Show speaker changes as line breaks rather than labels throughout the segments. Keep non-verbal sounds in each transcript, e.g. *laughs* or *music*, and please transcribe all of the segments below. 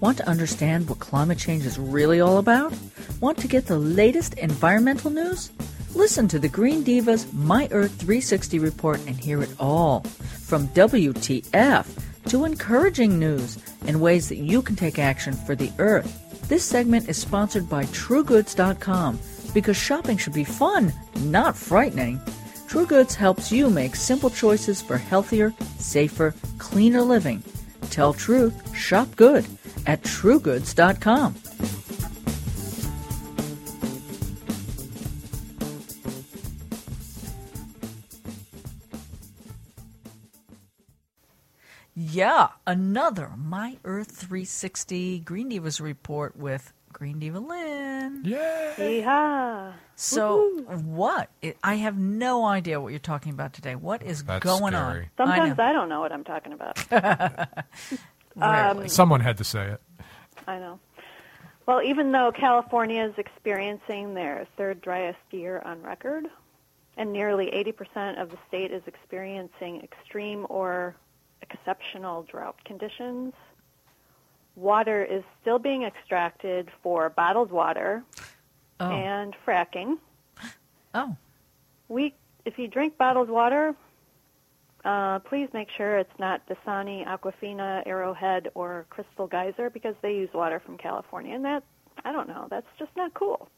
Want to understand what climate change is really all about? Want to get the latest environmental news? Listen to the Green Divas My Earth 360 report and hear it all. From WTF to encouraging news and ways that you can take action for the earth. This segment is sponsored by TrueGoods.com because shopping should be fun, not frightening. TrueGoods helps you make simple choices for healthier, safer, cleaner living. Tell truth, shop good at TrueGoods.com. Yeah, another My Earth 360 Green Divas report with Green Diva Lynn.
Yeah.
Yeehaw.
So what? It, I have no idea what you're talking about today. What is
That's
going
scary.
on?
Sometimes
I
I, don't know what I'm talking about.
know, rarely.
Someone had to say it.
I know. Well, even though California is experiencing their third driest year on record, and nearly 80% of the state is experiencing extreme or exceptional drought conditions, water is still being extracted for bottled water
Oh.
and fracking.
oh,
We, if you drink bottled water, uh, please make sure it's not Dasani, Aquafina, Arrowhead, or Crystal Geyser because they use water from California, and that I don't know. That's just not cool.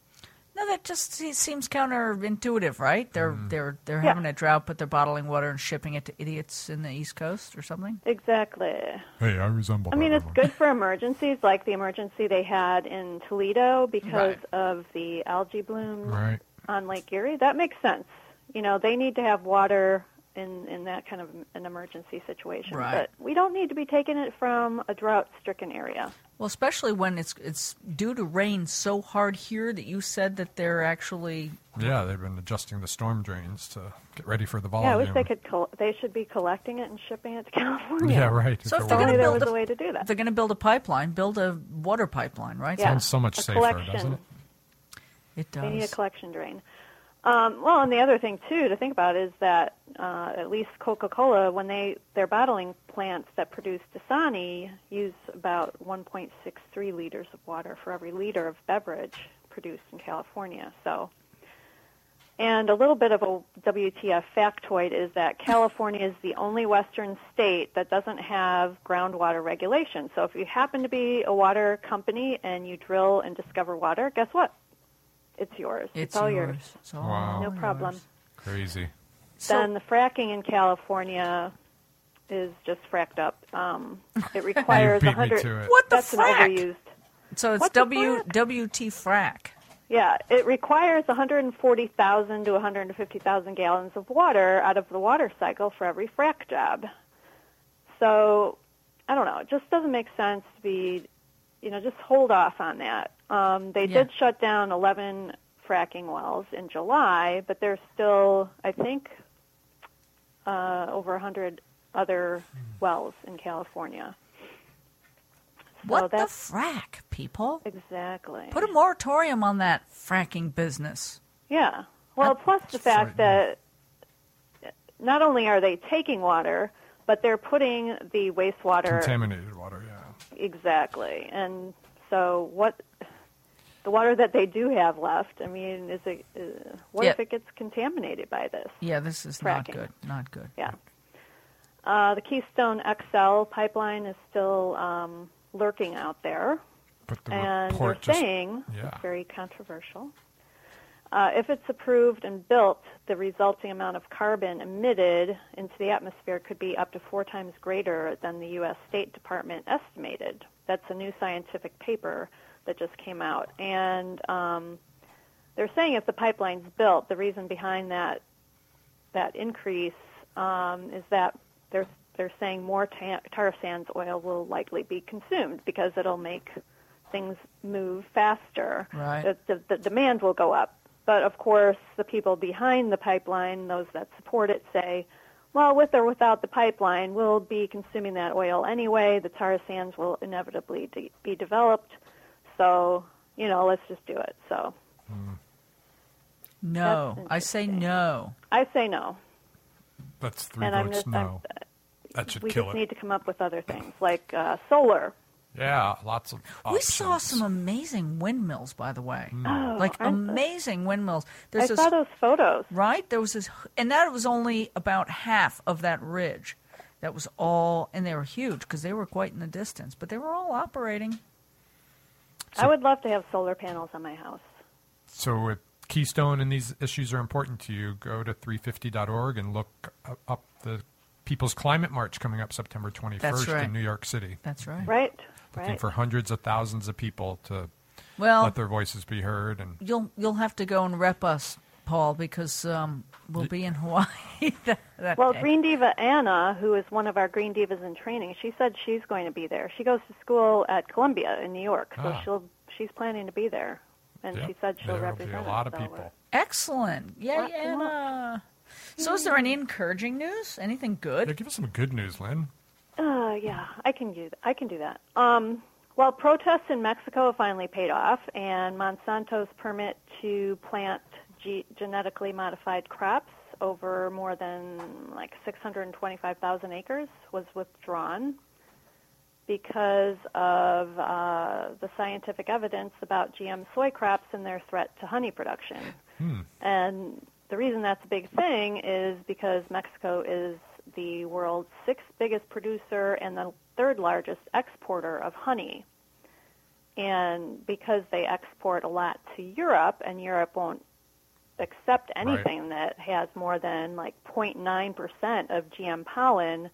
no, that just se- seems counterintuitive, right? They're they're they're
Yeah.
having a drought, but they're bottling water and shipping it to idiots in the East Coast or something.
Exactly.
Hey, I resemble.
I mean,
that
it's
one.
good for emergencies like the emergency they had in Toledo because
Right.
of the algae bloom
Right.
on Lake Erie. That makes sense. You know, they need to have water in in that kind of an emergency situation,
Right.
but we don't need to be taking it from a drought-stricken area.
Well, especially when it's it's due to rain so hard here that you said that they're actually
Yeah, they've been adjusting the storm drains to get ready for the
Yeah, I
volume.
wish they could. Col- they should be collecting it and shipping it to *laughs* California.
Yeah, right.
So if
it
they're
were-
going
Only
to
there
build
was
a
a way to do that.
They're going to build a pipeline, build a water pipeline, right?
Yeah.
Sounds so much
A
safer,
collection.
doesn't it?
It does.
They need a collection drain. Um, well, and the other thing too to think about is that uh, at least Coca-Cola, when they their bottling plants that produce Dasani use about 1.63 liters of water for every liter of beverage produced in California. So, and a little bit of a WTF factoid is that California is the only Western state that doesn't have groundwater regulation. So, if you happen to be a water company and you drill and discover water, guess what? It's yours.
it's,
all
yours. It's all
Wow.
No
yours.
problem.
Crazy.
So-
then the fracking in California is just fracked up. Um, it requires
you
a
beat me
100.
to it.
What the
That's an
frack?
overused.
So it's
What the
W
frack?
W T frack.
Yeah, it requires 140,000 to 150,000 gallons of water out of the water cycle for every frack job. So, I don't know. It just doesn't make sense to be, you know, just hold off on that. Um, they
Yeah.
did shut down 11 fracking wells in July, but there's still, I think, uh, over 100 other
Hmm.
wells in California.
What the
Oh, that's-
frack, people?
Exactly.
Put a moratorium on that fracking business.
Yeah. Well, plus the fact that not only are they taking water, but they're putting the wastewater
Contaminated water. Yeah.
exactly. And so what the water that they do have left, I mean, is it uh, what if
Yeah.
it gets contaminated by this?
Yeah, this is
Fracking.
not good. Not good.
Yeah. Uh, the Keystone XL pipeline is still um, lurking out there.
But the
and
report
they're
just
saying
yeah.
it's very controversial. Uh, if it's approved and built, the resulting amount of carbon emitted into the atmosphere could be up to four times greater than the U.S. State Department estimated. That's a new scientific paper that just came out, and um, they're saying if the pipeline's built, the reason behind that that increase um, is that they're they're saying more ta- tar sands oil will likely be consumed because it'll make things move faster.
Right.
The, the, the demand will go up, but of course, the people behind the pipeline, those that support it, say. Well, with or without the pipeline, we'll be consuming that oil anyway. The tar sands will inevitably de- be developed. So, you know, let's just do it. So
No,
That's
I say
interesting.
no.
I say no.
that's three
and I'm
votes
just- I'm-
no. that should
we
kill
just
it.
need to come up with other things like uh, solar
Yeah, lots of.
We saw
options.
some amazing windmills, by the way.
Oh,
like
I-
amazing windmills. There's
I
this,
saw those photos.
right? There was this, and that was only about half of that ridge. That was all, and they were huge because they were quite in the distance, but they were all operating.
I would love to have solar panels on my house.
So if Keystone and these issues are important to you, go to 350.org and look u- up the People's Climate March coming up September 21st
right.
in New York City.
That's right. Oh.
Right?
Looking
Right.
for hundreds of thousands of people to
Well,
let their voices be heard. And
you'll you'll have to go and rep us, Paul, because um, we'll be in Hawaii *laughs* that, that
Well,
day.
Green Diva Anna, who is one of our Green Divas in training, she said she's going to be there. She goes to school at Columbia in New York, so
Ah.
she'll she's planning to be there, and
yeah,
she said she'll
there will
represent.
be a
us,
lot of
so
people.
Excellent. Yeah,
Lots and
yeah. So, is there any encouraging news? Anything
Yeah,
good?
give us some good news, Lynn.
Uh, yeah, I can do I can do that. Um, well, protests in Mexico finally paid off, and Monsanto's permit to plant ge- genetically modified crops over more than like 625,000 acres was withdrawn because of uh, the scientific evidence about GM soy crops and their threat to honey production. And the reason that's a big thing is because Mexico is the world's sixth biggest producer and the third largest exporter of honey. And because they export a lot to Europe, and Europe won't accept anything that has more than like 0.9% of GM pollen,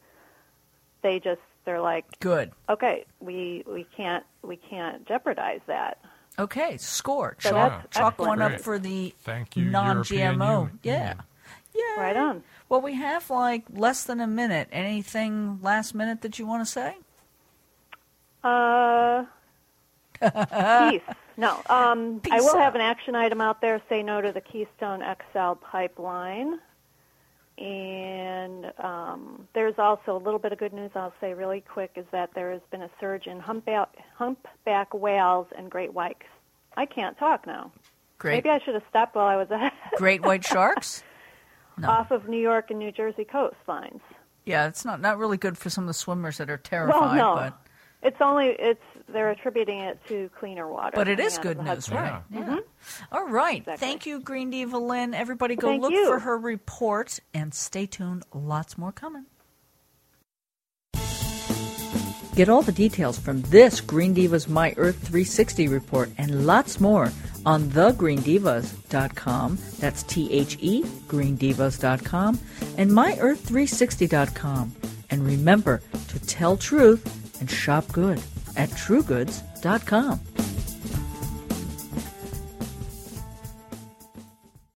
they just, they're like,
Good.
okay, we we can't we can't jeopardize that.
Okay, score.
So
chalk
that's
chalk
excellent.
one up
Great.
for the
Thank you,
non-GMO.
European Union. Mm.
Yeah. Yeah.
Right on.
Well, we have like less than a minute. Anything last minute that you want to say?
Uh, peace. Uh, No. Um, I
Peace
will
out.
have an action item out there. Say no to the Keystone XL pipeline. And um, there's also a little bit of good news I'll say really quick is that there has been a surge in humpback, humpback whales and great whites. I can't talk now.
Great.
Maybe I should have stopped while I was *laughs* ahead,
Great white sharks. *laughs*
off of New York and New Jersey coastlines.
Yeah, it's not not really good for some of the swimmers that are terrified.
Well, no,
But
it's only it's they're attributing it to cleaner water.
But it is good
coming out of the
news,
Hudson.
right? Yeah. All right.
Exactly.
Thank you, Green Diva Lynn. Everybody go
Thank
look
you.
for her report and stay tuned. Lots more coming. Get all the details from this Green Divas My Earth 360 report and lots more on thegreendivas.com. That's T H E, greendivas.com, and myearth360.com. And remember to tell truth and shop good at truegoods.com.